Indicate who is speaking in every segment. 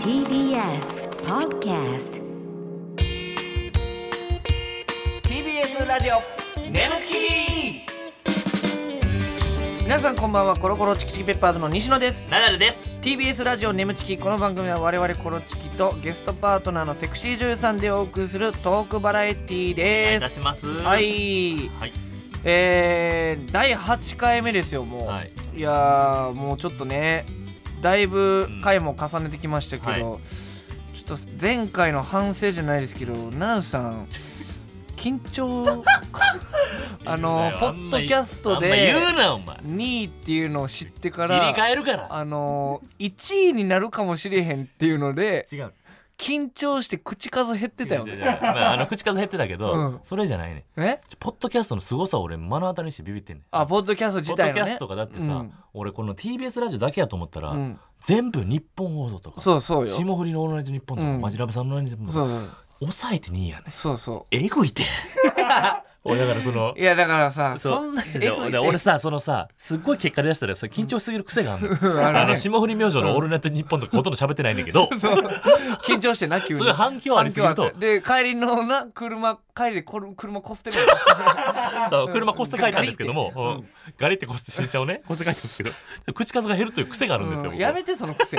Speaker 1: TBS Podcast
Speaker 2: TBS ラジオネムチキ皆さんこんばんはコロコロチキチキペッパーズの西野です
Speaker 3: ナダルです。
Speaker 2: TBS ラジオネムチキこの番組は我々コロチキとゲストパートナーのセクシー女優さんでお送りするトークバラエティー
Speaker 3: お願いい
Speaker 2: で
Speaker 3: た
Speaker 2: す
Speaker 3: します。
Speaker 2: はい
Speaker 3: はい。
Speaker 2: えー、第8回目ですよもう、
Speaker 3: はい。
Speaker 2: い、やーもうちょっとねだいぶ回も重ねてきましたけど、
Speaker 3: うんは
Speaker 2: ちょっと前回の反省じゃないですけどナウさ ん緊張あのポッドキャスト
Speaker 3: あんま
Speaker 2: で
Speaker 3: 言うなお前。
Speaker 2: 2位っていうのを知ってか
Speaker 3: 切り替
Speaker 2: ら
Speaker 3: えるから。
Speaker 2: あの1位になるかもしれへんっていうので
Speaker 3: 違う。
Speaker 2: 緊張して口数減ってたよ
Speaker 3: 違う違う違う
Speaker 2: ね
Speaker 3: まああの口数減ってたけ
Speaker 2: うん
Speaker 3: ど、それじゃないね。
Speaker 2: え
Speaker 3: ちょポッドキャストの凄さを俺目の当たりにしてビビってんねん。
Speaker 2: あポッドキャスト
Speaker 3: ポ
Speaker 2: 自
Speaker 3: ッ
Speaker 2: 体
Speaker 3: ド
Speaker 2: の
Speaker 3: キ
Speaker 2: ね
Speaker 3: ャストがだって
Speaker 2: う
Speaker 3: さ
Speaker 2: ん、
Speaker 3: 俺この TBS ラジオだけやと思った
Speaker 2: う
Speaker 3: ら
Speaker 2: ん、
Speaker 3: 全部日本放送とか、
Speaker 2: そうそうよそう
Speaker 3: 霜降りのオールナイトニッポンと
Speaker 2: う
Speaker 3: か、
Speaker 2: ん
Speaker 3: マジラブさんのオールナイトニッポンと
Speaker 2: そう
Speaker 3: か、抑えて2位やね。
Speaker 2: そうそう
Speaker 3: えぐ いて。俺だからその
Speaker 2: い、やだからさそ
Speaker 3: そ
Speaker 2: ん
Speaker 3: う
Speaker 2: なに
Speaker 3: ちょっと
Speaker 2: えぐい
Speaker 3: で俺さそのさすっごい結果出したらさ緊張しすぎる癖があるの,、
Speaker 2: あるね
Speaker 3: あの霜降り明星の「オールナイトニッポン」とかほとんど喋ってないんだけど
Speaker 2: そう緊張してな急に
Speaker 3: それ反響ありすぎると
Speaker 2: 反響あってで帰りのな車帰りでこる車こすってる
Speaker 3: そう車こして書いたんですけども
Speaker 2: ガリって
Speaker 3: うんガリってこして新車をねこして書いたんですけど口数が減るという癖があるんですよ、
Speaker 2: うん
Speaker 3: 僕
Speaker 2: やめてその 癖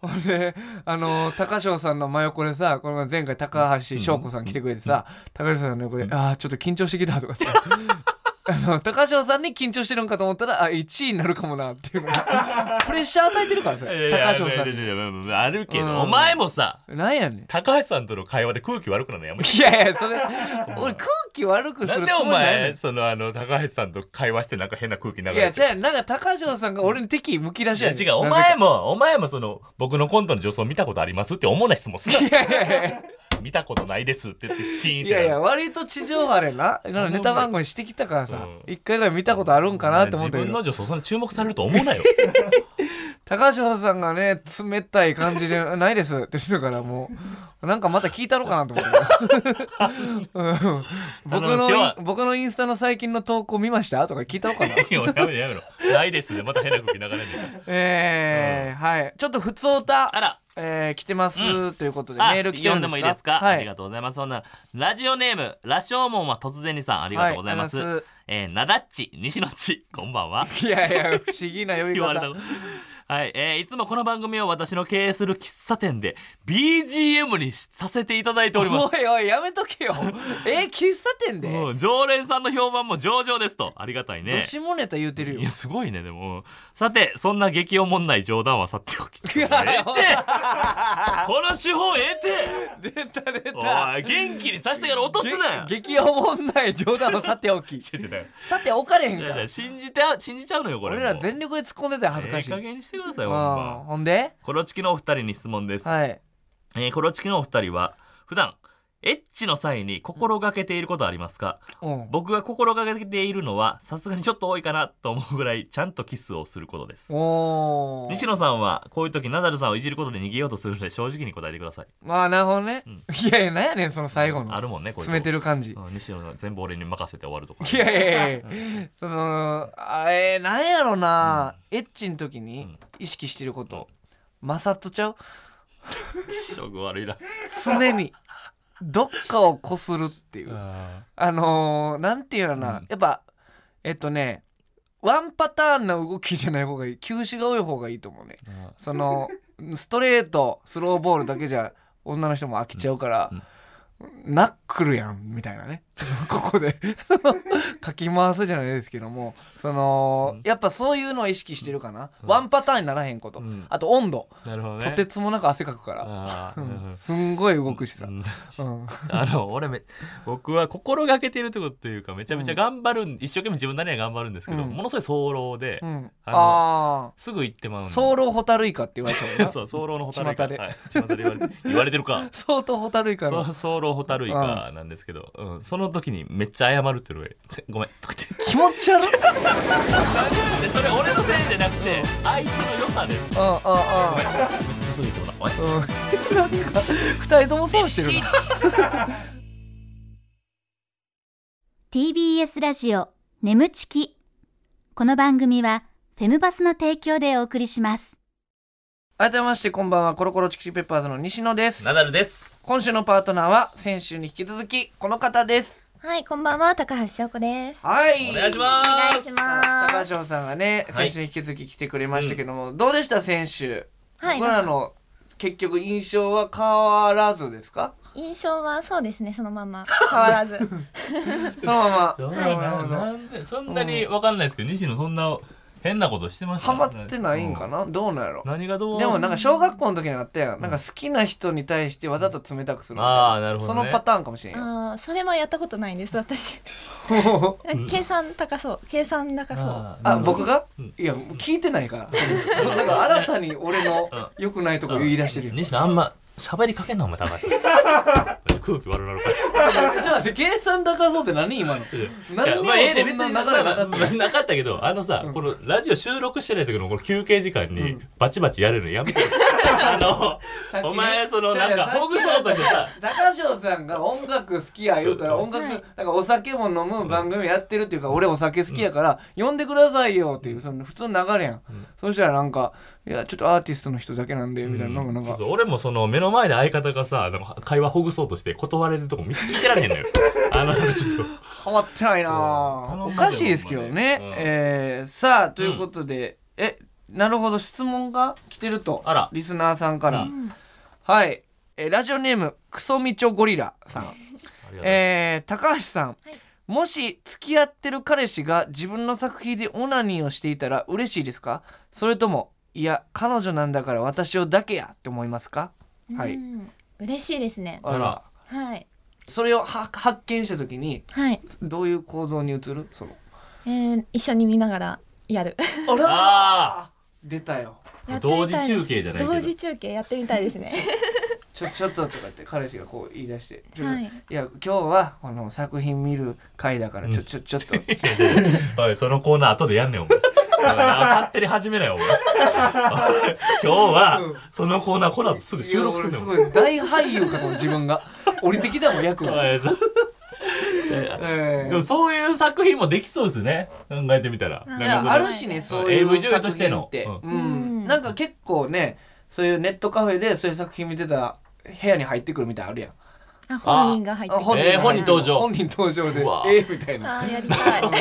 Speaker 2: ほんであの高翔さんの真横でさこの前前回高橋翔子さん来てくれてさ、高橋さんの横で「あーちょっと緊張してきた」とか さあの高翔さんに緊張してるんかと思ったらあ1位になるかもなっていうの がプレッシャー与えてるからさ
Speaker 3: いやいや
Speaker 2: 高翔さん
Speaker 3: いや
Speaker 2: に
Speaker 3: いやいやいやいやあるけど、
Speaker 2: うん
Speaker 3: お前もさ
Speaker 2: なんやねん
Speaker 3: 高橋さんとの会話で空気悪くなるのやめて
Speaker 2: いやいやそ れ俺空気悪くす
Speaker 3: な
Speaker 2: る
Speaker 3: ん
Speaker 2: つ
Speaker 3: でお
Speaker 2: もりないねん
Speaker 3: 前そのあの高橋さんと会話してなんか変な空気流れ
Speaker 2: い
Speaker 3: て
Speaker 2: や違うなんか高城さんが俺に敵意むき出し
Speaker 3: いや
Speaker 2: やねん
Speaker 3: 違うお前もお前もその僕のコントの女装見たことありますって主な質問すな
Speaker 2: なぜかいやいやいや
Speaker 3: 見たことないですって言ってシーンっ
Speaker 2: い
Speaker 3: てな
Speaker 2: や
Speaker 3: る
Speaker 2: いや割と地上波で ななんかネタ番組してきたからさ一回ぐらい見たことあるんかなと思ったけ
Speaker 3: 自分の
Speaker 2: ど
Speaker 3: 女装そんな注目されると思うな よ
Speaker 2: 高城さんがね冷たい感じで 「ないです」ってしてるからもうなんかまた聞いたろかなと思って、うん僕
Speaker 3: 頼む今日
Speaker 2: の
Speaker 3: は
Speaker 2: 僕のインスタの最近の投稿見ましたとか聞いたろか な
Speaker 3: いややめろやめろないですでまた変な空気流れる
Speaker 2: えーはいちょっと普通歌
Speaker 3: あら
Speaker 2: えー、来てます、ということで
Speaker 3: あ
Speaker 2: メール来てる
Speaker 3: 読
Speaker 2: ん
Speaker 3: ん
Speaker 2: で
Speaker 3: で
Speaker 2: か
Speaker 3: すもいいですか、
Speaker 2: は
Speaker 3: ありがとうございますそんなラジオネーム羅生門は突然にさんありがとうございます、
Speaker 2: はありがとうございます
Speaker 3: えー、なだっち西のちこんば んはい
Speaker 2: やいや不思議な呼び
Speaker 3: 言われた
Speaker 2: 方
Speaker 3: のはい、えーいつもこの番組を私の経営する喫茶店で BGM にさせていただいております
Speaker 2: おいおいやめとけよえ喫茶店で、
Speaker 3: うん、常連さんの評判も上々ですとありがたいね
Speaker 2: どしもネタ言うてる
Speaker 3: い
Speaker 2: よ
Speaker 3: やすごいねでもさてそんな激おもんない冗談は去ってお きええってこの手法ええって
Speaker 2: 出た出
Speaker 3: おい元気にさしてから落とすなよ
Speaker 2: 激おもんない冗談をさておき
Speaker 3: ちょちょちょい
Speaker 2: さておかれへんか
Speaker 3: やい
Speaker 2: ら
Speaker 3: や信じて信じちゃうのよこれ
Speaker 2: 俺ら
Speaker 3: もう
Speaker 2: 全力で突っ込んでたら恥ずかしい、
Speaker 3: ええ加減にしてください
Speaker 2: うん
Speaker 3: ほんま
Speaker 2: ほんで
Speaker 3: コロチキのお二人に質問です、
Speaker 2: はい
Speaker 3: えーコロチキのお二人は普段エッチの際に心がけていることはありますか
Speaker 2: うん
Speaker 3: 僕が心がけているのはさすがにちょっと多いかなと思うぐらいちゃんとキスをすることです
Speaker 2: おお
Speaker 3: 西野さんはこういう時ナダルさんをいじることで逃げようとするので正直に答えてください
Speaker 2: まあなるほどね、
Speaker 3: うん
Speaker 2: いやいやなんやねんその最後の
Speaker 3: あるもんねこういう
Speaker 2: 詰めて
Speaker 3: る
Speaker 2: る感じ
Speaker 3: 西野さん全部俺に任せて終わるとか
Speaker 2: いやいやいやいやそのあえー、なんやろな、エッチの時に意識してること、摩擦ちゃう
Speaker 3: 気色悪いな
Speaker 2: 常にどっかをこするっていうあのー、なんていうのかな、
Speaker 3: うん
Speaker 2: やっぱえっとねワンパターンな動きじゃない方がいい球種が多い方がいいと思うねそのストレートスローボールだけじゃ女の人も飽きちゃうから、ナックルやんみたいなね ここでかき回すじゃないですけどもそのやっぱそういうのは意識してるかな、ワンパターンにならへんこと、
Speaker 3: うん
Speaker 2: あと温度、
Speaker 3: なるほど
Speaker 2: と
Speaker 3: ね
Speaker 2: てつもなく汗かくから、
Speaker 3: あー
Speaker 2: うんすんごい動くしさ、
Speaker 3: う
Speaker 2: うん
Speaker 3: ん
Speaker 2: うん
Speaker 3: あの俺め僕は心がけてるってことというかめちゃめちゃ頑張る、ん、一生懸命自分なりには頑張るんですけど、
Speaker 2: うん
Speaker 3: ものすごい早漏で、あの
Speaker 2: あ
Speaker 3: すぐ行ってまう
Speaker 2: あ
Speaker 3: の
Speaker 2: ソウルホタルイカって言われたもんな
Speaker 3: そう早漏のホタルイ
Speaker 2: 巷
Speaker 3: カ
Speaker 2: で
Speaker 3: はい巷で言われて言われてるか
Speaker 2: 相当ホタルイカの
Speaker 3: そうソロホタルイカなんですけど、うん、その時にめっちゃ謝るっていうのがごめんとか言って
Speaker 2: 気持ち悪いうんうん
Speaker 3: でそれ俺のせいじゃなくて相手の良さでめっ
Speaker 2: う
Speaker 3: ちゃすぐ言ってもらうおい
Speaker 2: んうんなんか二人とも損してるな
Speaker 4: TBS ラジオ眠ちきこの番組はフェムバスの提供でお送りします
Speaker 2: 改めましてこんばんはコロコロチキチキペッパーズの西野です
Speaker 3: ナダルです。
Speaker 2: 今週のパートナーは先週に引き続きこの方です
Speaker 5: はい、こんばんは、高橋翔子です。
Speaker 2: はい
Speaker 3: お願いし
Speaker 5: お願
Speaker 3: ま
Speaker 5: い
Speaker 3: す
Speaker 5: し。
Speaker 2: さあ
Speaker 5: ま
Speaker 2: 高
Speaker 5: す。
Speaker 2: 橋さんがね
Speaker 3: はい
Speaker 2: 先週に引き続き来てくれましたけども、どうでした先週、
Speaker 5: はい
Speaker 2: 僕らの結局印象は変わらずです か
Speaker 5: 印象はそうですね、そのまま変わらず。
Speaker 2: その ま
Speaker 3: どう
Speaker 2: ま
Speaker 5: はい
Speaker 3: ななんでそんなにわかんないですけど、西野そんな変なことしてました
Speaker 2: ハマってないんかな、どうなんやろ
Speaker 3: 何がどう
Speaker 2: でもなんか小学校の時にあったやん、なんか好きな人に対してわざと冷たくするみたい
Speaker 3: あーなるほどね
Speaker 2: そのパターンかもしれん よ
Speaker 5: ああ、それはやったことないです、私。計算高そう、計算高そう。
Speaker 2: あ僕
Speaker 3: が
Speaker 2: が、
Speaker 3: うん
Speaker 2: いやもう聞いてない からなんか新たに俺の良くないとこ言い出してるよ、ち
Speaker 3: 西野あんま喋りかけんなお前 高橋空気悪なるか
Speaker 2: ょっと待って計算高そうって何今の
Speaker 3: ら
Speaker 2: 何にもそんな流れなかった
Speaker 3: たなかったけどあのさ、このラジオ収録してない時のこの休憩時間にバチバチやるのや めて、
Speaker 2: さっ
Speaker 3: あ
Speaker 2: きね
Speaker 3: のお前そのな
Speaker 2: じ
Speaker 3: ん
Speaker 2: ゃ
Speaker 3: か
Speaker 2: あ
Speaker 3: ほぐそうとしてさ
Speaker 2: 高城さんが音楽好きや言うから音楽、
Speaker 5: はい
Speaker 2: なんかお酒も飲む番組やってるっていうか、俺お酒好きやから呼んでくださいよっていうその普通の流れやん、そしたらなんか「いやちょっとアーティストの人だけなんで」みたいな、なんかなんか
Speaker 3: そう俺もその目の前で相方がさなんか会話ほぐそうとして断れるとこ見聞いてらんね んのよあのちょっと
Speaker 2: ハマってないな
Speaker 3: うん
Speaker 2: あ
Speaker 3: 頼んだよ
Speaker 2: おかしいですけどね、
Speaker 3: ほんまねうん
Speaker 2: えーさあということで、えなるほど質問が来てると
Speaker 3: あら
Speaker 2: リスナーさんから、
Speaker 5: ん
Speaker 2: はい、えーラジオネームクソミチョゴリラさん
Speaker 3: ありがとう
Speaker 2: えー高橋さん、もし付き合ってる彼氏が自分の作品でオナニーをしていたら嬉しいですかそれともいや彼女なんだから私をだけやって思いますかはい
Speaker 5: うん嬉しいですね。
Speaker 2: あ
Speaker 3: あら
Speaker 2: ら
Speaker 5: はい。
Speaker 2: それをは発見した時に
Speaker 5: はい。
Speaker 2: どういう構造に移るその
Speaker 5: えー一緒に見ながらやる。
Speaker 2: あら
Speaker 3: あ
Speaker 2: 出たよ
Speaker 5: やってみたいです
Speaker 3: 同時中継じゃないけど
Speaker 5: 同時中継やってみたいです ね。
Speaker 2: ちょ ちょっととかって彼氏がこう言い出して「ちょ
Speaker 5: はい
Speaker 2: いや今日はこの作品見る回だからちょちょちょっと」
Speaker 3: おいそのコーナー後でやんねんお前お前勝手に始めない お前今日はそのコーナーこの後すぐ収録す
Speaker 2: い
Speaker 3: るね
Speaker 2: や
Speaker 3: んお
Speaker 2: 俺
Speaker 3: 前
Speaker 2: すごい大俳優かと自分 が降りてきたもん役が。
Speaker 3: おいそう
Speaker 2: え
Speaker 3: で
Speaker 2: ー
Speaker 3: もそういう作品もできそうですね考えてみたら
Speaker 5: う
Speaker 3: な
Speaker 5: ん
Speaker 3: ん
Speaker 2: い
Speaker 3: かその
Speaker 2: やあるしね
Speaker 3: そう
Speaker 2: そういう
Speaker 3: AV 女優としての
Speaker 2: 作品って、うん
Speaker 5: うん
Speaker 2: なんか結構ねそういうネットカフェでそういう作品見てたら部屋に入ってくるみたいあるやん
Speaker 5: あ、本人が入って
Speaker 2: あ
Speaker 5: くる
Speaker 3: えー本人登場
Speaker 2: 本人登場で
Speaker 3: うわ
Speaker 2: ええみたいな
Speaker 5: あー、やりた い。
Speaker 3: 本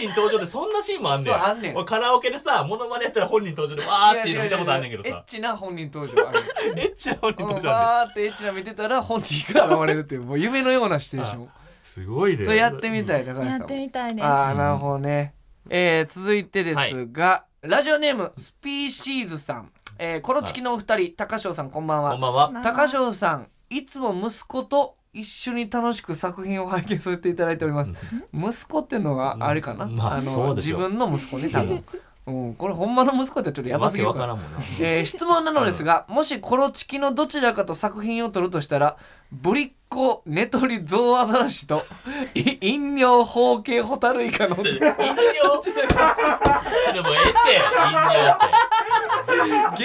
Speaker 3: 人登場でそんなシーンもあんねん
Speaker 2: そうあんねん
Speaker 3: 俺カラオケでさモノマネやったら本人登場でわーっていうの見たことあんねんけど
Speaker 2: いや違う違うエッ
Speaker 3: さ
Speaker 2: チな本人登場ある
Speaker 3: めっちゃ本人登場あんねん
Speaker 2: バーってエッチな見てたら本人が現れるっていうもう夢のようなシチュエーション
Speaker 3: すごいね。
Speaker 2: それやってみた
Speaker 3: い。
Speaker 2: い高橋
Speaker 5: や
Speaker 2: さん
Speaker 5: っ
Speaker 2: も
Speaker 5: てみたいです。
Speaker 2: ああなるほどね、えー続いてですが、ラジオネームスピーシーズさん、えー、コロチキのお二人高翔さんこんばんは
Speaker 3: こんばんは。
Speaker 2: 高翔さんいつも息子と一緒に楽しく作品を拝見させていただいております息子っていうのがあれかな、
Speaker 3: うんまあ
Speaker 2: の
Speaker 3: そうでし
Speaker 2: 自
Speaker 3: ょう
Speaker 2: 分の息子ね多分、 うん、これほんまの息子ってちょっとやばすぎる
Speaker 3: わ
Speaker 2: か
Speaker 3: け
Speaker 2: ら
Speaker 3: わからんもんな。
Speaker 2: え ー質問なのですがもしコロチキのどちらかと作品を撮るとしたらぶりっ子ネトリゾウアザラシとい 飲料包茎ホタルイ カの
Speaker 3: ちょ
Speaker 2: 芸
Speaker 3: 飲料
Speaker 2: ヤバの
Speaker 3: でもええって飲料って。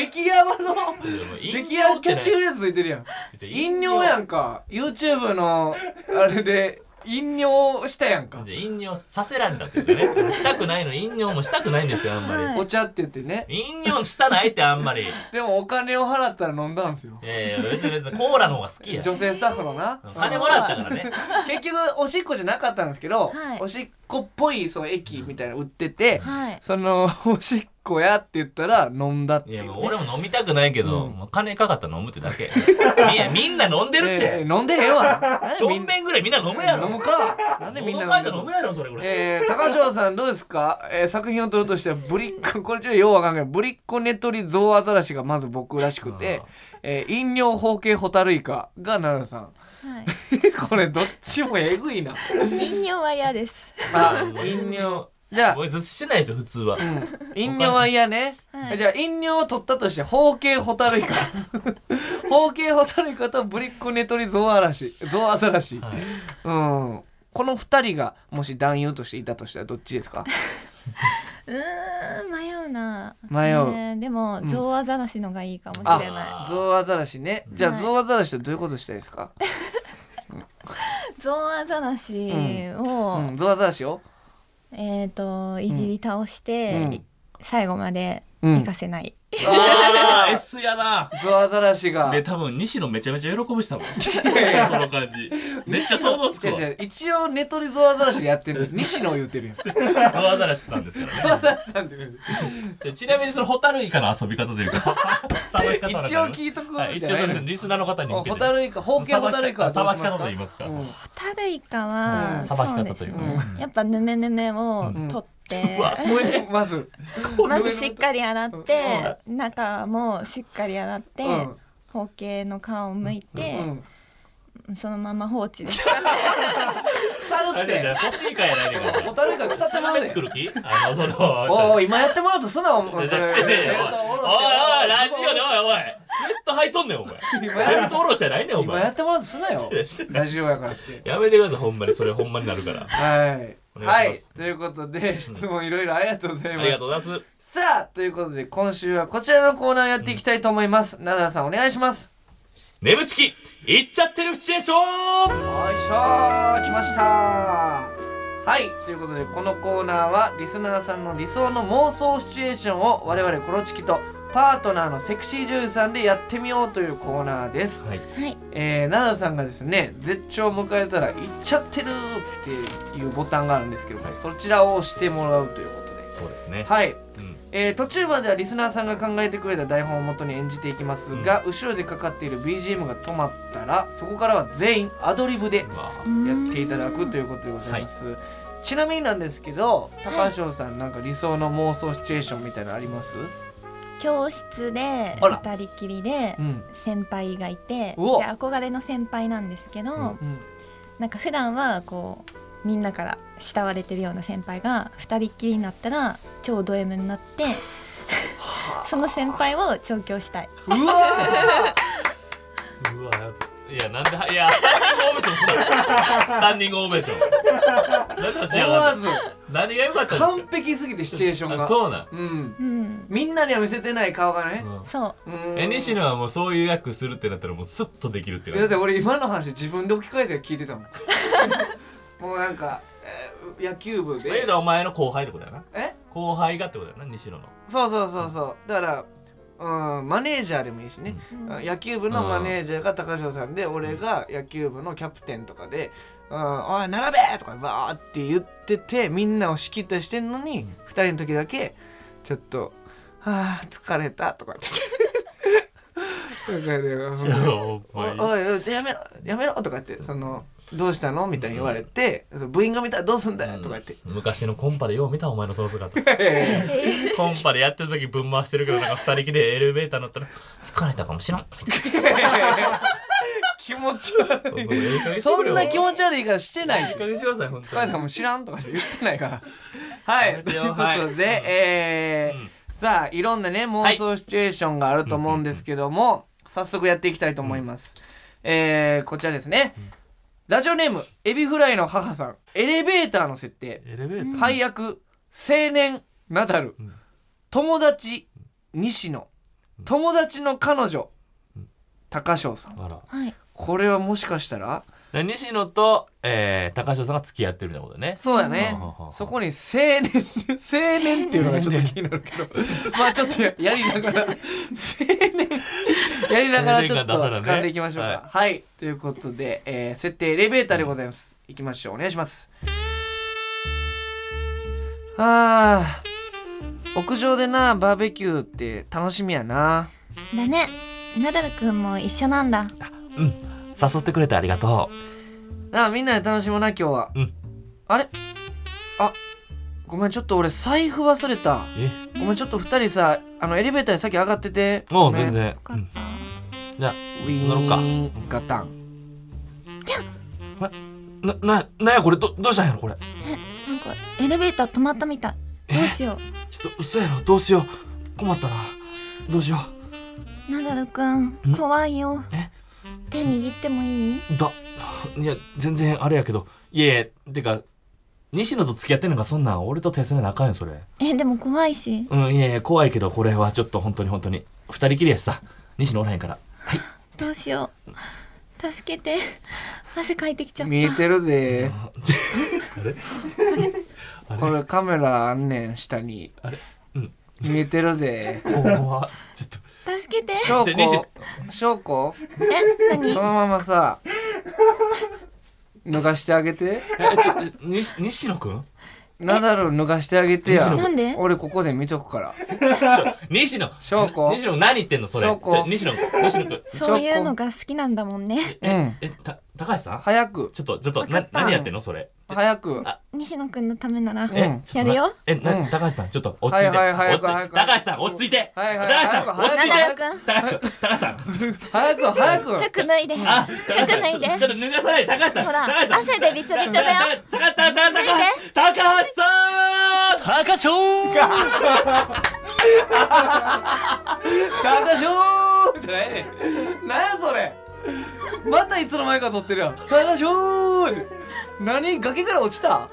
Speaker 2: 激ヤバキャッチフ
Speaker 3: ル。
Speaker 2: レーズついてるやん
Speaker 3: じゃあ
Speaker 2: 飲料やんか YouTube のあれで飲料したやんか
Speaker 3: じゃあ飲料させられたってことね。したくないの飲料もしたくないんですよあんま
Speaker 5: はい
Speaker 2: お茶って言ってね
Speaker 3: り。飲料したないってあんまり。い
Speaker 2: でもお金を払ったら飲んだんすよ
Speaker 3: やいや別に別にコーラの方が好きや。
Speaker 2: 女性スタッフのな
Speaker 3: 金もらったからね。
Speaker 2: 結局おしっこじゃなかったんですけど、
Speaker 5: はい
Speaker 2: おしっこっぽいその液みたいなの売ってて、
Speaker 5: はい。
Speaker 2: そのおしっこやって言ったら飲んだって
Speaker 3: い
Speaker 2: いう
Speaker 3: やもう俺も飲みたくないけど、もう金かかったら飲むってだけ。いやみんな飲んでるっ
Speaker 2: え
Speaker 3: て。
Speaker 2: ー飲んでへんわ
Speaker 3: 正面ぐらいみんな飲むやろ。
Speaker 2: 飲むかなんでみんな
Speaker 3: 飲
Speaker 2: 飲んでん
Speaker 3: む飲
Speaker 2: の
Speaker 3: むやろそれぐらい。
Speaker 2: えー、高翔さんどうですか、えー作品を撮るとしてはブリッコこれちょっとようわかんないけどブリッコネトリゾウアザラシがまず僕らしくて
Speaker 3: あ、
Speaker 2: えー飲料包茎ホタルイカが奈良さん
Speaker 5: はい。
Speaker 2: これどっちもえぐいな
Speaker 5: 飲料は嫌です。
Speaker 2: あ飲
Speaker 3: 飲
Speaker 2: 料
Speaker 3: 料
Speaker 2: じゃあ
Speaker 3: こいつしないですよ普通 は。
Speaker 2: うん飲料は嫌ね、
Speaker 5: はい
Speaker 2: じゃあ飲料を取ったとして包茎ホタルイカ包茎ホタルイカとブリッコネトリゾウアラシゾウアザラシ、
Speaker 3: はい
Speaker 2: うんこの二人がもし男優としていたとしたらどっちですか
Speaker 5: うーん迷うな
Speaker 2: 迷う
Speaker 5: えーでもゾウアザラシのがいいかもしれな
Speaker 3: あ
Speaker 2: ゾウアザラシねじゃあ
Speaker 5: はい
Speaker 2: ゾウアザラシとどういうことしたいですか、
Speaker 5: いゾウアザラシ
Speaker 2: う
Speaker 5: を、
Speaker 2: ん、ゾウアザラシを
Speaker 5: えっ、といじり倒して、
Speaker 2: うん
Speaker 5: い最後まで
Speaker 2: うん
Speaker 5: 行かせない、
Speaker 3: ああ S やな。
Speaker 2: ゾウアザラシが
Speaker 3: で、多分、西野めちゃめちゃ喜ぶしたもん。こ
Speaker 2: や
Speaker 3: の感じ。めっちゃ想像つくわ。
Speaker 2: 違う違
Speaker 3: ゾ
Speaker 2: う一応ネトリゾウアザラシやってる西野言うてる やんゾウ
Speaker 3: ウアザラシさんですから
Speaker 2: ア
Speaker 3: ね。
Speaker 2: ザラシさんって言う
Speaker 3: じゃあちなみに、その、ホタルイカの遊び方とい うか、さばき方なんかね
Speaker 2: 一応聞いとくわ
Speaker 3: はい
Speaker 2: み
Speaker 3: 一
Speaker 2: た
Speaker 3: 応、そ
Speaker 2: いな
Speaker 3: のリスナーの方に向け
Speaker 2: ホ
Speaker 3: て。
Speaker 2: タルイカ方形ホタルイカはどう
Speaker 3: さ
Speaker 2: しま
Speaker 3: ば
Speaker 2: すか
Speaker 3: き方と言いますか。
Speaker 2: うん
Speaker 5: ホタルイカは、
Speaker 3: うんさばき方というう
Speaker 5: で
Speaker 3: か
Speaker 5: すねやっぱヌメヌメを取って、
Speaker 2: まず
Speaker 5: まずしっかり洗って、中もしっかり洗って、方形の皮を剥いて、そのまま放置です。
Speaker 2: 腐る
Speaker 3: あ
Speaker 2: っ
Speaker 3: じゃあじゃ
Speaker 2: て
Speaker 3: あ欲しいかやないでください
Speaker 2: ホタルイカ腐って
Speaker 3: サ
Speaker 2: ま
Speaker 3: メ
Speaker 2: うねん
Speaker 3: 作る気あの、その、
Speaker 2: おお今やってもらうとすなお
Speaker 3: おいお
Speaker 2: 前
Speaker 3: いラ
Speaker 2: そ
Speaker 3: ジオ
Speaker 2: れ
Speaker 3: でおいおいスウェット履いとんねんお前スウ
Speaker 2: 今や
Speaker 3: ェット下ろしてないねんお
Speaker 2: 今や
Speaker 3: 前
Speaker 2: ってもらうとすなよラジオやからって
Speaker 3: やめてくださいほんまにそれほんまになるから
Speaker 2: はい
Speaker 3: お
Speaker 2: は
Speaker 3: 願
Speaker 2: い
Speaker 3: いします
Speaker 2: ということで質問いろいろありがとうござい
Speaker 3: あ
Speaker 2: ます
Speaker 3: りがとうございます
Speaker 2: さあということで今週はこちらのコーナーやっていきたいと思います、ナダルさんお願いします
Speaker 3: 眠ちきいっちゃってるシチュエーショ
Speaker 2: よ
Speaker 3: ン
Speaker 2: いしょー来ましたはいということでこのコーナーはリスナーさんの理想の妄想シチュエーションを我々コロチキとパートナーのセクシー女優さんでやってみようというコーナーです、
Speaker 3: はい
Speaker 5: はい。
Speaker 2: えー、ナダルさんがですね絶頂を迎えたら「いっちゃってる!」っていうボタンがあるんですけども、
Speaker 3: はい
Speaker 2: そちらを押してもらうということで
Speaker 3: そうですね
Speaker 2: はい
Speaker 3: うん
Speaker 2: えー途中まではリスナーさんが考えてくれた台本を元に演じていきますが、後ろでかかっている BGM が止まったらそこからは全員アドリブで
Speaker 3: うわ
Speaker 2: やっていただくということでございます、ちなみになんですけど高橋さんなんか理想の妄想シチュエーションみたいなのあります、
Speaker 5: 教室で
Speaker 2: あら
Speaker 5: 二人きりで
Speaker 2: うん
Speaker 5: 先輩がいてで
Speaker 2: うお
Speaker 5: 憧れの先輩なんですけど、
Speaker 3: うん
Speaker 2: うん、
Speaker 5: なんか普段はこうみんなから慕われてるような先輩が二人っきりになったら超ド M になってその先輩を調教したいう
Speaker 2: わ
Speaker 3: うわやっぱいやなんではいやスタンディングオベーションすなスタンディングオベーションなん で
Speaker 2: ー
Speaker 3: 走り上
Speaker 2: 思
Speaker 3: が
Speaker 2: わ
Speaker 3: る
Speaker 2: ず
Speaker 3: 何が良かったんです
Speaker 2: 完璧すぎてシチュエーション
Speaker 3: かあ
Speaker 2: が
Speaker 3: そうなん
Speaker 2: うん
Speaker 5: うん
Speaker 2: みんなには見せてない顔がね、
Speaker 3: うん
Speaker 5: そう
Speaker 2: うん
Speaker 3: え西野はもうそういう役するってなったらもうスッとできるって
Speaker 2: いやだ
Speaker 3: 感
Speaker 2: って俺今の話自分で置き換えて聞いてたもんもうなんか、えー野球部
Speaker 3: じええ
Speaker 2: で
Speaker 3: だお前の後輩ってことやな
Speaker 2: え
Speaker 3: 後輩がってことやな西野の
Speaker 2: そうそうそうそうだからうんマネージャーでもいいしね、
Speaker 5: うん
Speaker 2: うん野球部のマネージャーが高橋さんで俺が野球部のキャプテンとかで「うん、おい並べ!」とかバーって言っててみんなを仕切ったりしてんのに、二人の時だけちょっと「はあ疲れた」とか って。だからねほんまに
Speaker 3: お
Speaker 2: おい
Speaker 3: い
Speaker 2: おいおいやめろやめろとか言ってそのどうしたのみたいに言われて、その部員が見たらどうすんだよとか言 って、
Speaker 3: 昔のコンパでよう見たお前のそ の姿コンパでやってる時ぶん回してるけどなんか二人きりでエレベーター乗ったら疲れたかもしらんみ
Speaker 2: 気持ち悪
Speaker 3: たいない
Speaker 2: そんな気持ち悪いからしてない
Speaker 3: いい加減にしてください本
Speaker 2: 疲れた
Speaker 3: 当
Speaker 2: も
Speaker 3: に
Speaker 2: ん知らんとかって言ってない からは
Speaker 3: や
Speaker 2: い
Speaker 3: め
Speaker 2: と
Speaker 3: て
Speaker 2: い
Speaker 3: よ
Speaker 2: うことで、
Speaker 3: はい
Speaker 2: えー
Speaker 3: うん
Speaker 2: さあいろんなね妄想シチュエーションがあると思うんですけども、早速やっていきたいと思います、えー、こちらですね、ラジオネームエビフライの母さんエレベーターの設定
Speaker 3: エレベーター
Speaker 2: 配役青年ナダル、
Speaker 3: ん
Speaker 2: 友達西野友達の彼女、高翔さん
Speaker 3: あら
Speaker 5: はい
Speaker 2: これはもしかしたら
Speaker 3: で西野と、えー、高橋さんが付き合ってるみたいなことね
Speaker 2: そうだね
Speaker 3: うんうんうん
Speaker 2: そこに青年青年っていうのがちょっと気になるけどまあちょっとやりな がら青年やりながらちょっと掴んでいきましょうか、
Speaker 3: 青年感出さな
Speaker 2: は
Speaker 3: ね
Speaker 2: い、ということで、えー設定エレベーターでございますいきましょうお願いしますあー屋上でなバーベキューって楽しみやな
Speaker 5: だねナダルくんも一緒なんだ
Speaker 3: 誘ってくれてありがと
Speaker 2: なあみんなで楽しもうな今日は、
Speaker 3: うん
Speaker 2: あれあごめんちょっと俺財布忘れた
Speaker 3: うえ
Speaker 2: ごめんちょっと二人さあのエレベーターに先上がってて
Speaker 3: も
Speaker 2: ご
Speaker 3: う
Speaker 2: めん
Speaker 3: 全然
Speaker 5: よ、かった、
Speaker 3: じゃあ
Speaker 2: ウィ
Speaker 3: 乗ろうか
Speaker 2: ーンガタン
Speaker 3: なななんやこれどどうしたんやろこれ
Speaker 5: なんかエレベーター止まったみたいどうしよ
Speaker 3: ちょっと嘘やろどうしよう困ったなどうしよ
Speaker 5: うナダルくん怖いよ
Speaker 3: え
Speaker 5: 手握ってもいいう
Speaker 3: だいや全然あれやけどいやいやてか西野と付き合ってんのかそんなん俺と手つねなあかんよそれ
Speaker 5: えでも怖いし
Speaker 3: うんいやいや怖いけどこれはちょっと本当に本当に二人きりやしさ西野おらへんから
Speaker 5: どうしよう助けて汗かいてきちゃった
Speaker 2: 見えてるで
Speaker 3: あ れ
Speaker 2: これカメラあんねん下に
Speaker 3: あれうん
Speaker 2: 見えてるで
Speaker 3: 怖っちょっと
Speaker 5: 助けて
Speaker 2: 翔
Speaker 3: じゃあ西
Speaker 2: 子翔子
Speaker 5: え何
Speaker 2: そのままさ脱がしてあげて
Speaker 3: えちょ西西野くん
Speaker 2: ナダル脱がしてあげてや
Speaker 3: 西野
Speaker 5: なんで
Speaker 2: 俺ここで見とくから
Speaker 3: 西野
Speaker 2: 翔子
Speaker 3: 西野何言ってんのそれ
Speaker 2: 翔子
Speaker 3: ちょ西野西野くん
Speaker 5: そういうのが好きなんだもんね
Speaker 2: うん
Speaker 3: えた高橋さん
Speaker 2: 早く
Speaker 3: ちょっとちょっと
Speaker 5: わかっ
Speaker 3: な
Speaker 5: た
Speaker 3: 何やってんのそれ
Speaker 2: 早く
Speaker 3: あ
Speaker 5: 西野くんのためなら
Speaker 2: え
Speaker 3: ちょっと
Speaker 5: やるよ
Speaker 3: えな
Speaker 2: うん
Speaker 3: 高橋さんちょっと落ち着いて
Speaker 2: はいはい早く
Speaker 3: 落ち着い
Speaker 2: 早く
Speaker 3: 高橋さん落ち着いて
Speaker 2: はいはい
Speaker 3: 高橋さ
Speaker 2: 早
Speaker 3: ん
Speaker 2: く
Speaker 3: 落ち着い
Speaker 5: ナダ
Speaker 3: て
Speaker 5: ルくん
Speaker 3: 高橋くん高橋さん
Speaker 2: 早く早く
Speaker 5: 早く脱いで
Speaker 3: あ
Speaker 5: 早く脱いで
Speaker 3: ちょっと脱がさないで高橋さん
Speaker 5: ほら
Speaker 3: 高橋さん
Speaker 5: 汗でびちょびちょだよ
Speaker 3: 高橋さん高橋さん高橋さん高橋
Speaker 2: 高翔じゃないねなんやそれまたいつの間にか撮ってるやん高翔何崖から落ちた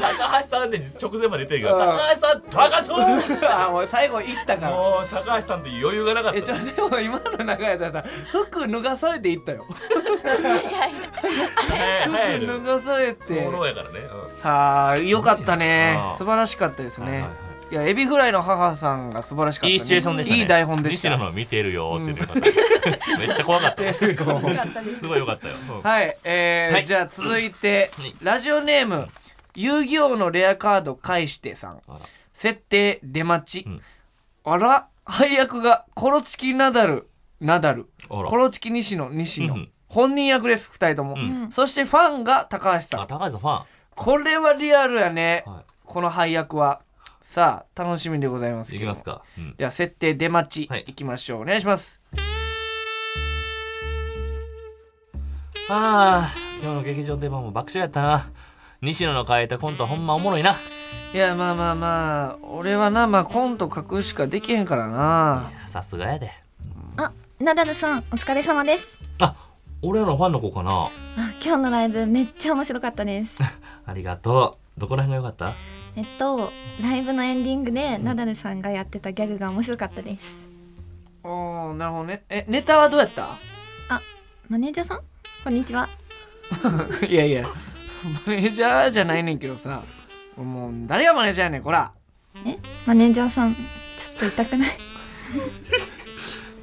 Speaker 3: 高橋さんって直前まで言ってるけど
Speaker 2: うん
Speaker 3: 高橋さん高橋
Speaker 2: あもう最後いったから
Speaker 3: もう高橋さんって余裕がなかっ
Speaker 2: えじ
Speaker 3: た
Speaker 2: ゃでも今の中やったらさ服脱がされていったよ
Speaker 3: 早
Speaker 2: 服
Speaker 3: い
Speaker 2: 脱
Speaker 3: る
Speaker 2: がされ
Speaker 3: 小
Speaker 2: て
Speaker 3: 物やからねうん
Speaker 2: はあよかったね
Speaker 3: あー
Speaker 2: 素晴らしかったです
Speaker 3: はい
Speaker 2: ね
Speaker 3: はいはい
Speaker 2: いやエビフライの母さんが素晴らしかった、ね、
Speaker 3: いいシチュエーションでしたね。
Speaker 2: いい台本でした
Speaker 3: 西野の見てるよーっていう方、 めっちゃ怖かったよ。すごい良かったよ。うん
Speaker 2: はい、えー
Speaker 3: はい
Speaker 2: じゃあ続いて、
Speaker 3: はい
Speaker 2: ラジオネーム遊戯王のレアカード返してさん
Speaker 3: あら
Speaker 2: 設定出待ち、
Speaker 3: うん
Speaker 2: あら配役がコロチキナダルナダル
Speaker 3: あら
Speaker 2: コロチキ西野西野、
Speaker 3: うん
Speaker 2: 本人役です2人とも、
Speaker 3: ん
Speaker 2: そしてファンが高橋さ
Speaker 3: あ
Speaker 2: ん
Speaker 3: 高橋さんファン。
Speaker 2: これはリアルやね、
Speaker 3: は
Speaker 2: この配役はさあ楽しみでございます
Speaker 3: い。
Speaker 2: けど
Speaker 3: いき
Speaker 2: も
Speaker 3: ますか。うん
Speaker 2: では設定出待ち、
Speaker 3: はい
Speaker 2: い、きましょうお願いします
Speaker 3: ああ、今日の劇場出番も爆笑やったな。西野の変えたコントほんまおもろいな。
Speaker 2: いやまあまあまあ俺はなまあコント書くしかできへんからな
Speaker 3: さすがやで。
Speaker 5: あナダルさんお疲れ様です
Speaker 3: あ、俺らのファンの子かな。
Speaker 5: あ今日のライブめっちゃ面白かったです
Speaker 3: ありがとう。どこら辺が良かっ
Speaker 5: えっとライブのエンディングでナダルさんがやってたギャグが面白かったです
Speaker 2: おーなるほどねえネタはどうやった
Speaker 5: マネージャーさんこんにちはい
Speaker 2: やいやマネージャーじゃないねんけどさもう誰がマネージャーやねんこら
Speaker 5: えマネージャーさんちょっと痛くない
Speaker 3: た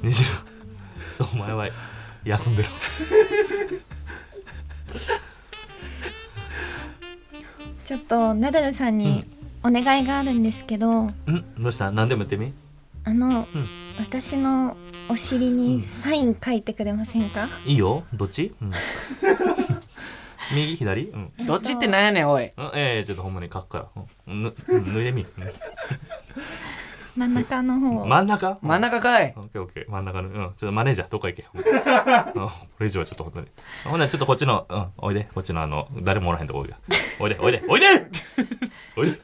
Speaker 3: 西野、 そうお前は休んでろ。
Speaker 5: ちょっとナダルさんにお願いがあるんですけど、
Speaker 3: ん どうした何でも言ってみ。
Speaker 5: あの、
Speaker 3: うん
Speaker 5: 私のお尻にサイン書いてくれませんか、
Speaker 3: いいよ。どっち、うん、 右左うん。
Speaker 2: どっちってなんやねんおい
Speaker 3: うんええちょっとほんまに書くから。うんぬうん脱いでみ。
Speaker 5: 真ん中の
Speaker 3: う
Speaker 5: 方
Speaker 3: ん真ん中
Speaker 2: 真ん中かい
Speaker 3: オッケーオッケー真ん中の、うん、ちょっとマネージャーどっか行け。うんうんこれ以上はちょっと本当に。ほんならちょっとこっちの、うん、おいで、こっちのあの、誰もおらへんとこおいで。おいで、おいで、おいでおいで。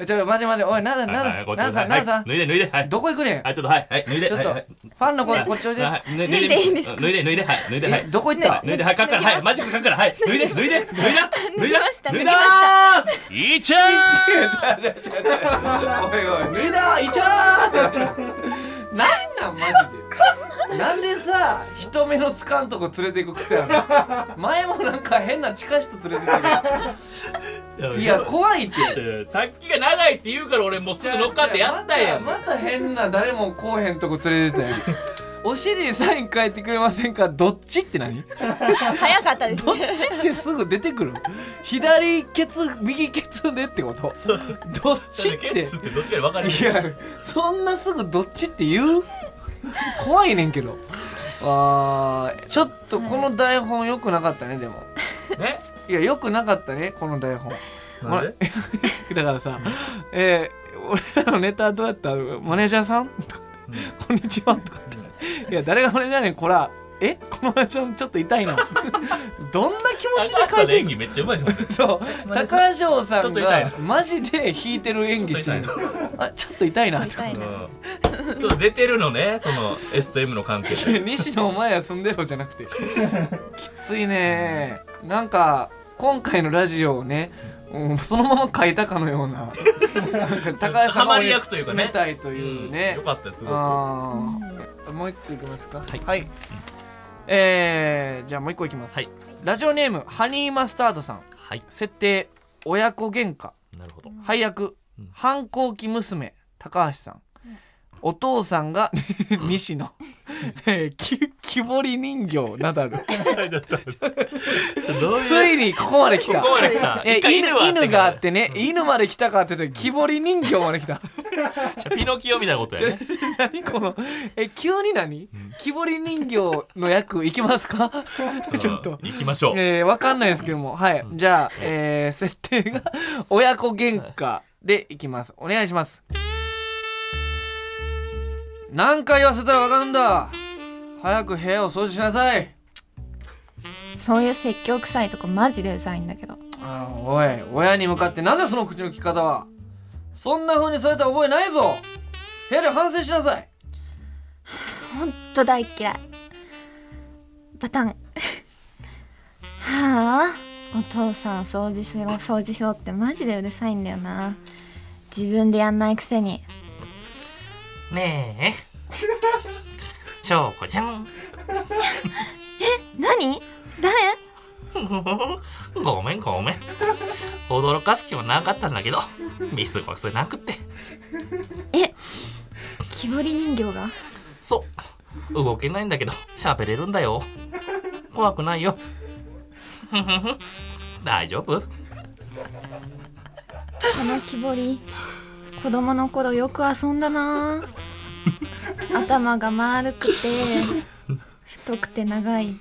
Speaker 2: えちょっと待て待ておいなんだなん
Speaker 3: は
Speaker 2: だ
Speaker 3: いはいこっち
Speaker 2: なんださんなんださ
Speaker 3: はい
Speaker 2: ん
Speaker 3: 脱いで、脱いで、はい。
Speaker 2: どこ行くねん
Speaker 3: はい、ちょっとはい、はい、脱いで。
Speaker 2: ちょっと
Speaker 3: はいはい
Speaker 2: ファンの子こっちおいで
Speaker 3: はい脱い
Speaker 5: 脱いでいいんですか
Speaker 3: 脱いで、脱いで、はい、脱いで、は
Speaker 2: え
Speaker 3: い。
Speaker 2: どこ行った
Speaker 3: 脱いで、はい、書くから、はい、マジック書くから、はい、脱いで、脱いで、脱いだ、脱いだ
Speaker 5: 脱ぎました、
Speaker 3: 脱い
Speaker 5: 脱ぎ
Speaker 3: だーいちゃ
Speaker 2: おいおい、脱いだいちゃーってなんなんマジでなんでさ、人目のつかんとこ連れて行く癖あるの前もなんか変な地下室連れて行ったけ
Speaker 3: ー
Speaker 2: ど
Speaker 3: ん
Speaker 2: いや、怖いって
Speaker 3: さっきが長いって言うから俺もうすぐ乗っかってやったやん。
Speaker 2: またまた変な誰もこうへんとこ連れてったやん お尻にサイン書いてくれませんかどっちって 何
Speaker 5: 早かったです
Speaker 2: どっ
Speaker 5: ね
Speaker 2: ちってすぐ出てくる左ケツ右ケツでってことどっちっ
Speaker 3: ケ
Speaker 2: て
Speaker 3: ツってどっちかに分かれる
Speaker 2: いやそんなすぐどっちって言う怖いねんけどあーちょっとこの台本良くなかったねでも
Speaker 3: ね
Speaker 2: いや良くなかったねこの台本
Speaker 3: なんで
Speaker 2: ほら だからさえー俺らのネタどうやったマネージャーさんとかこんにちはとか言っていや誰がマネージャーやねんこらえこのマネージャーちょっと痛いな どんな気持ちで
Speaker 3: 高
Speaker 2: 書い
Speaker 3: 橋の
Speaker 2: て
Speaker 3: 演
Speaker 2: んの
Speaker 3: 技めっちゃうまいじゃん。
Speaker 2: そう
Speaker 3: マネさ
Speaker 2: 高橋さ
Speaker 3: ちょ
Speaker 2: ん
Speaker 3: っと痛い
Speaker 2: がマジで弾いてる演技してる
Speaker 3: ちょっと
Speaker 2: あちょっと痛いなとか
Speaker 5: 痛いな
Speaker 3: うんちょっと出てるのね、その S と M の関係で。
Speaker 2: 西野お前は住んでろじゃなくてきついねなんか今回のラジオをねうんそのまま書いたかの ようななんか高橋さ
Speaker 3: ハ
Speaker 2: んが
Speaker 3: マ
Speaker 2: 俺
Speaker 3: り役というかね
Speaker 2: 冷たいというね
Speaker 3: よ、かったよ、すごく。
Speaker 2: あーもう一個いきますかはい、えー、じゃあもう一個いきます、
Speaker 3: はい
Speaker 2: ラジオネームハニーマスタードさん
Speaker 3: はい、
Speaker 2: 設定親子喧嘩
Speaker 3: なるほど。
Speaker 2: 配役、
Speaker 3: うん
Speaker 2: 反抗期娘高橋さん、お父さんが 西野、えーき木彫り人形ナ ダル
Speaker 3: どう
Speaker 2: ついにここまで来た
Speaker 3: ここまで来た
Speaker 2: え
Speaker 3: 一回
Speaker 2: 犬
Speaker 3: は
Speaker 2: 犬があってね、犬まで来たかって言ったら木彫り人形まで来 た
Speaker 3: ピノキオみたいなことや ね
Speaker 2: 何このえ急に何木彫り人形の役いきますか ちょっと
Speaker 3: うん行きましょう
Speaker 2: えー、わかんないですけどもはいじゃあ、えー、設定が 親子喧嘩でいきますお願いします何回言わせたらわかるんだ早く部屋を掃除しなさい
Speaker 5: そういう説教臭いとこマジでうざいんだけど
Speaker 2: あーおい親に向かってなんだその口の利き方はそんな風にされた覚えないぞ部屋で反省しなさい
Speaker 5: ほんと大っ嫌いバタンはあお父さん掃除しろ掃除しろってマジでうるさいんだよな自分でやんないくせに
Speaker 6: ねえ。しょうこちゃん。
Speaker 5: 何誰
Speaker 6: ごめんごめん。驚かす気はなかったんだけど、見過ごせなくて。
Speaker 5: 木彫り人形が
Speaker 6: そう。動けないんだけど、喋れるんだよ。怖くないよ。 ふふふ大丈夫
Speaker 5: この木彫り子供の頃よく遊んだ な頭が丸くて太くて長い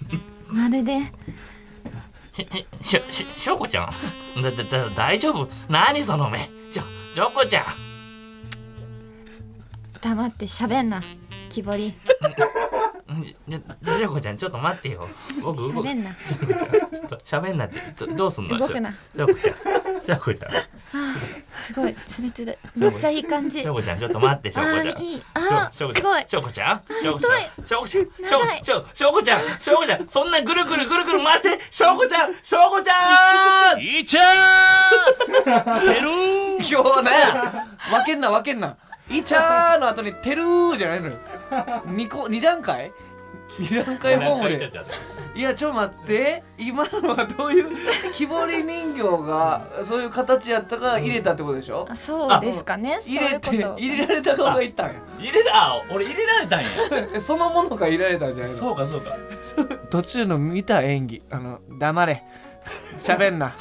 Speaker 5: まるで
Speaker 6: し、し、し、しょうこちゃん。だ、だ、だ、大丈夫何その目。しょ、しょうこちゃん。
Speaker 5: 黙って喋んな木彫り
Speaker 6: じゃ、しょうこちゃん、ちょっと待ってよ。僕、動く
Speaker 5: 喋んな
Speaker 6: 喋んなって、どどうすんの
Speaker 5: 動くな
Speaker 6: しょうこちゃん。しょうこちゃん。
Speaker 5: すごいつるつるめっちゃいい感じ
Speaker 6: しょ
Speaker 5: あ
Speaker 6: うこちゃん、ちょっと待って、しょうこちゃ
Speaker 5: ー
Speaker 6: ん。
Speaker 5: いいあ
Speaker 6: しょう
Speaker 5: ーすごい
Speaker 6: しょうこちゃんしょうこちゃんしょうこちゃんしょう
Speaker 5: 長い
Speaker 6: しょしょうこちゃんしょうこちゃんそんなぐるぐるぐるぐる回してしょうこちゃんしょうこちゃん
Speaker 3: いーちゃんペルー
Speaker 2: 今日は ね分けんな分けんな「いちゃー」の後に「てるー」じゃないのよ 2, 個2段階 ?2 段階ホーム
Speaker 3: なんか言っ
Speaker 2: で
Speaker 3: ちゃった
Speaker 2: いやちょっと待って今のはどういう木彫り人形がそういう形やったから入れたってことでしょ
Speaker 5: あそうですかねそう
Speaker 2: 入
Speaker 5: い
Speaker 2: れ
Speaker 5: うこ
Speaker 2: て
Speaker 5: と
Speaker 2: 入れられた方がいったんや
Speaker 3: 入れたあ俺入れられたんや
Speaker 2: えそのものが入れられたんじゃないの
Speaker 3: そうかそうか
Speaker 2: 途中の見た演技あの黙れ喋ん な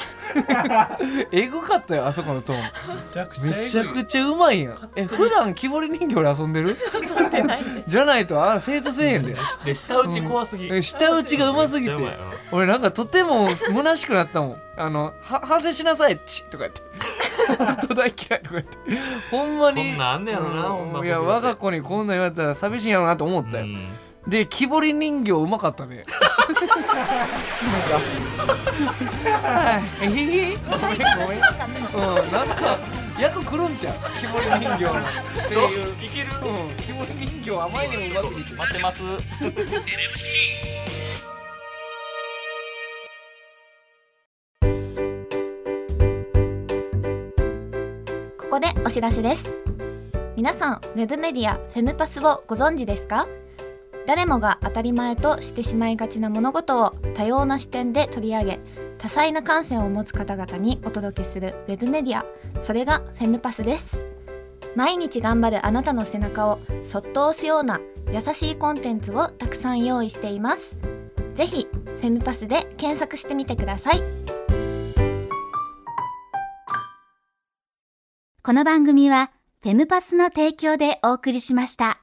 Speaker 2: えぐかったよあそこのトーン
Speaker 3: めちゃく
Speaker 2: めちゃ
Speaker 3: ちゃ
Speaker 2: くちゃうまいやんえ普段木彫り人形で遊んでる
Speaker 5: 遊んでないです
Speaker 2: じゃないとあ生徒せえへんで
Speaker 3: で下打ち怖すぎ
Speaker 2: え舌打ちがうますぎて
Speaker 3: めっちゃうまい
Speaker 2: 俺なんかとても虚しくなったもんあの「は反省しなさいチッ」とか言って 「本当大嫌い」とか言ってほんまに
Speaker 3: こんなんあんねやろ
Speaker 2: う
Speaker 3: な
Speaker 2: ん
Speaker 3: ほんま
Speaker 2: いや我が子にこんなん言われたら寂しいんやろなと思った
Speaker 3: う
Speaker 2: よ、
Speaker 3: ん
Speaker 2: で木彫り人形うまかったねなんかはいえひひごめんごめんうんなんか役くるんちゃう木彫り人形の声優
Speaker 3: いける
Speaker 2: うん木彫り人形あまりにもうますぎ
Speaker 3: 待
Speaker 2: て
Speaker 3: ってます
Speaker 5: ここでお知らせです皆さんウェブメディアフェムパスをご存知ですか誰もが当たり前としてしまいがちな物事を多様な視点で取り上げ多彩な感性を持つ方々にお届けするウェブメディアそれがフェムパスです毎日頑張るあなたの背中をそっと押すような優しいコンテンツをたくさん用意していますぜひフェムパスで検索してみてください
Speaker 4: この番組はフェムパスの提供でお送りしました。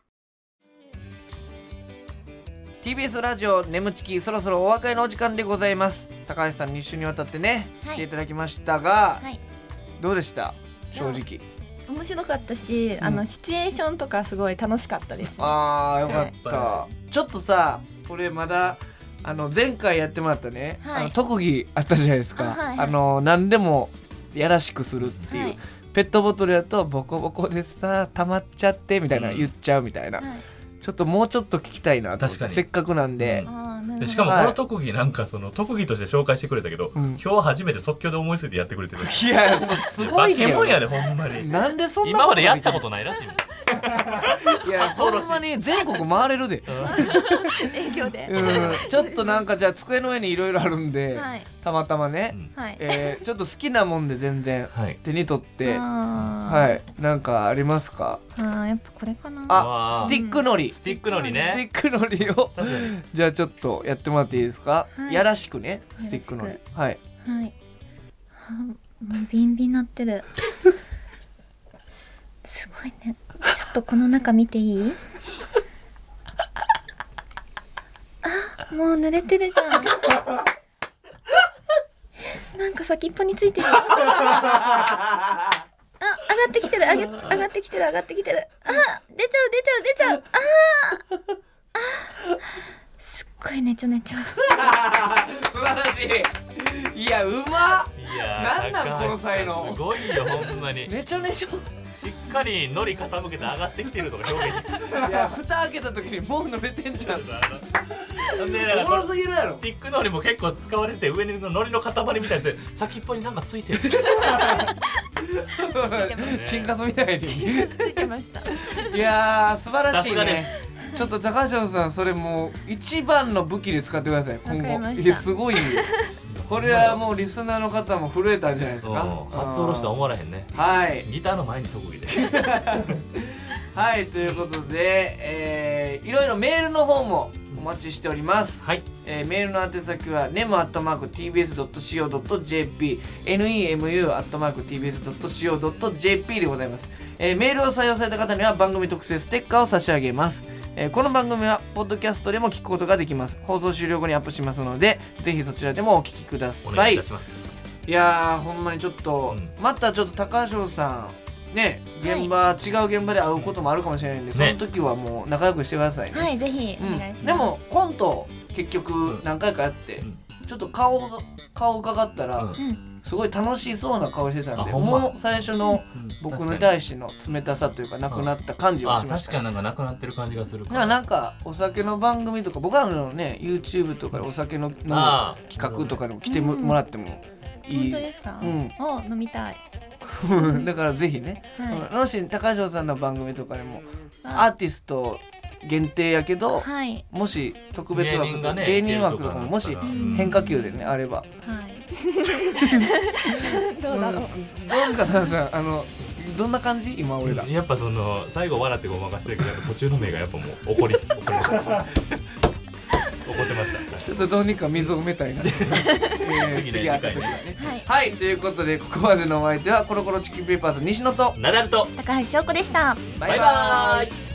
Speaker 2: TBS ラジオ「眠ちき」そろそろお別れのお時間でございます高橋さんに一緒にわたってね、
Speaker 5: はい
Speaker 2: 来ていただきましたが、
Speaker 5: はい
Speaker 2: どうでした正直
Speaker 5: 面白かったし、あのシチュエーションとかすごい楽しかったです
Speaker 2: あーよかった、ちょっとさこれまだあの前回やってもらったね、
Speaker 5: はい
Speaker 2: あの特技あったじゃないですかあ,、
Speaker 5: あはいはい
Speaker 2: の何でもやらしくするっていう、
Speaker 5: はい
Speaker 2: ペットボトルやとボコボコでさ溜まっちゃってみたいな、
Speaker 3: うん
Speaker 2: 言っちゃうみたいな、
Speaker 5: はい
Speaker 2: ちょっともうちょっと聞きたいなと思っ
Speaker 3: 確か
Speaker 2: て
Speaker 3: に
Speaker 2: せっかくなんで、
Speaker 5: あーなるほ
Speaker 3: で
Speaker 5: ど
Speaker 3: しか もこの特技なんかその特技として紹介してくれたけど、
Speaker 2: うん
Speaker 3: 今日初めて即興で思いついてやってくれてる
Speaker 2: いやそうすご
Speaker 3: バ
Speaker 2: い
Speaker 3: ケ
Speaker 2: ね
Speaker 3: モンやでほんまに
Speaker 2: なんでそんな
Speaker 3: 今までやった
Speaker 2: と
Speaker 3: ことないらしいもん
Speaker 2: いやほんまに全国回れるで、
Speaker 5: 影響で
Speaker 2: うん、ちょっとなんかじゃあ机の上にいろいろあるんで、
Speaker 5: はい
Speaker 2: たまたまね、
Speaker 3: うん
Speaker 5: はい
Speaker 2: えーちょっと好きなもんで全然
Speaker 3: はい。
Speaker 2: 手に取って
Speaker 5: は
Speaker 2: はいなんかありますか
Speaker 5: いあーやっぱこれかな
Speaker 2: あ
Speaker 3: わ
Speaker 2: ス
Speaker 3: ー
Speaker 2: ティックのり
Speaker 3: ス
Speaker 2: ス
Speaker 3: ティックのり
Speaker 2: テ
Speaker 3: ね。
Speaker 2: ィックのり を
Speaker 3: 確かに
Speaker 2: じゃあちょっとやってもらっていいですか、
Speaker 5: はい
Speaker 2: やらしくね
Speaker 5: しく
Speaker 2: スティックのりはい
Speaker 5: はい あもうビンビンなってる すごいねちょっとこの中見ていいあもう濡れてるじゃん なんか先っぽについてるよあ上がってきてる上げ上がってきてる上がってきてるあ出ちゃう出ちゃう出ちゃうあーあーすっごいねちょねちょ
Speaker 2: 素晴らしいいやうまっ
Speaker 3: いや
Speaker 2: な
Speaker 3: ー
Speaker 2: んなん
Speaker 3: 高橋さ
Speaker 2: この才能
Speaker 3: すごいよほんまに
Speaker 2: めちゃめちゃ
Speaker 3: しっかりのり傾けて上がってきてるとか表現してる
Speaker 2: いや蓋開けた時にもう濡れてんじゃん
Speaker 3: ほんで
Speaker 2: おもろすぎるや
Speaker 3: ス
Speaker 2: ろ
Speaker 3: ティックのりも結構使われて上にのりの塊みたいなやつ先っぽになんかついてる
Speaker 2: チンカスみたいに
Speaker 5: ついてました
Speaker 2: いやー素晴らしい
Speaker 3: さすが
Speaker 2: ねちょっと高橋さんそれもう一番の武器に使ってください今
Speaker 5: わか
Speaker 2: 後
Speaker 5: りました
Speaker 2: いやすごいよこれはもうリスナーの方も震えたんじゃないです
Speaker 3: そう
Speaker 2: か
Speaker 3: 初下ろしとは思われへんね
Speaker 2: はい
Speaker 3: ギターの前に特技で
Speaker 2: はいということで、えーいろいろメールの方もお待ちしております、
Speaker 3: はい
Speaker 2: えーメールの宛先は nemu.tbs.co.jp nemu.tbs.co.jp でございます、えーメールを採用された方には番組特製ステッカーを差し上げます、えーこの番組はポッドキャストでも聞くことができます放送終了後にアップしますのでぜひそちらでもお聞きくだ
Speaker 3: お
Speaker 2: さ
Speaker 3: 願い
Speaker 2: い
Speaker 3: いたします
Speaker 2: いやーほんまにちょっと、
Speaker 3: う
Speaker 2: またちょっと高橋さんね現場、違う現場で会うこともあるかもしれないんでその
Speaker 3: ね
Speaker 2: 時はもう仲良くしてくださいね、
Speaker 5: はい、ぜひ
Speaker 2: う
Speaker 5: お
Speaker 2: ん
Speaker 5: 願いします。
Speaker 2: でもコント結局
Speaker 3: ん
Speaker 2: 何回かやって、
Speaker 3: うん
Speaker 2: ちょっと顔が顔伺ったら、
Speaker 3: うん
Speaker 2: すごい楽しそうな顔してたんで
Speaker 3: あほんま
Speaker 2: もう最初の僕に対しての冷たさというかなくなった感じは
Speaker 3: あ
Speaker 2: しま
Speaker 3: 確
Speaker 2: した
Speaker 3: か
Speaker 2: ね
Speaker 3: になんかなくなってる感じがする
Speaker 2: だからなんかお酒の番組とか僕らのね YouTube とかでお酒の飲む企
Speaker 3: あー
Speaker 2: 画とかでも来ても,、
Speaker 5: うん
Speaker 2: もらってもい
Speaker 5: 本
Speaker 2: い
Speaker 5: 当ですか？
Speaker 2: うん
Speaker 5: を飲みたい。
Speaker 2: だからぜひね、
Speaker 5: は
Speaker 2: もし高城さんの番組とかでも
Speaker 5: い。
Speaker 2: アーティスト限定やけど、
Speaker 5: はいはい
Speaker 2: もし特別枠
Speaker 3: 芸人がね
Speaker 2: 芸人枠とかもも
Speaker 3: いけ
Speaker 2: し
Speaker 3: るとかなったら
Speaker 2: 変化球でねあれば、
Speaker 5: はい。どうだろ
Speaker 2: どう
Speaker 5: う。
Speaker 2: ですか奈々さんあのどんな感じ今俺ら、
Speaker 3: やっぱその最後笑ってごまかしてるけどやっぱ途中の目がやっぱもう怒り怒りました怒ってました
Speaker 2: ちょっとどうにか水を埋め たいな、えー
Speaker 3: 次ね
Speaker 2: 次会った時はね
Speaker 5: はい。
Speaker 2: はいということでここまでのお相手はコロコロチキンペーパーズ西野と
Speaker 3: ナダルと
Speaker 5: 高橋翔子でした。
Speaker 2: バ
Speaker 3: バイバーイ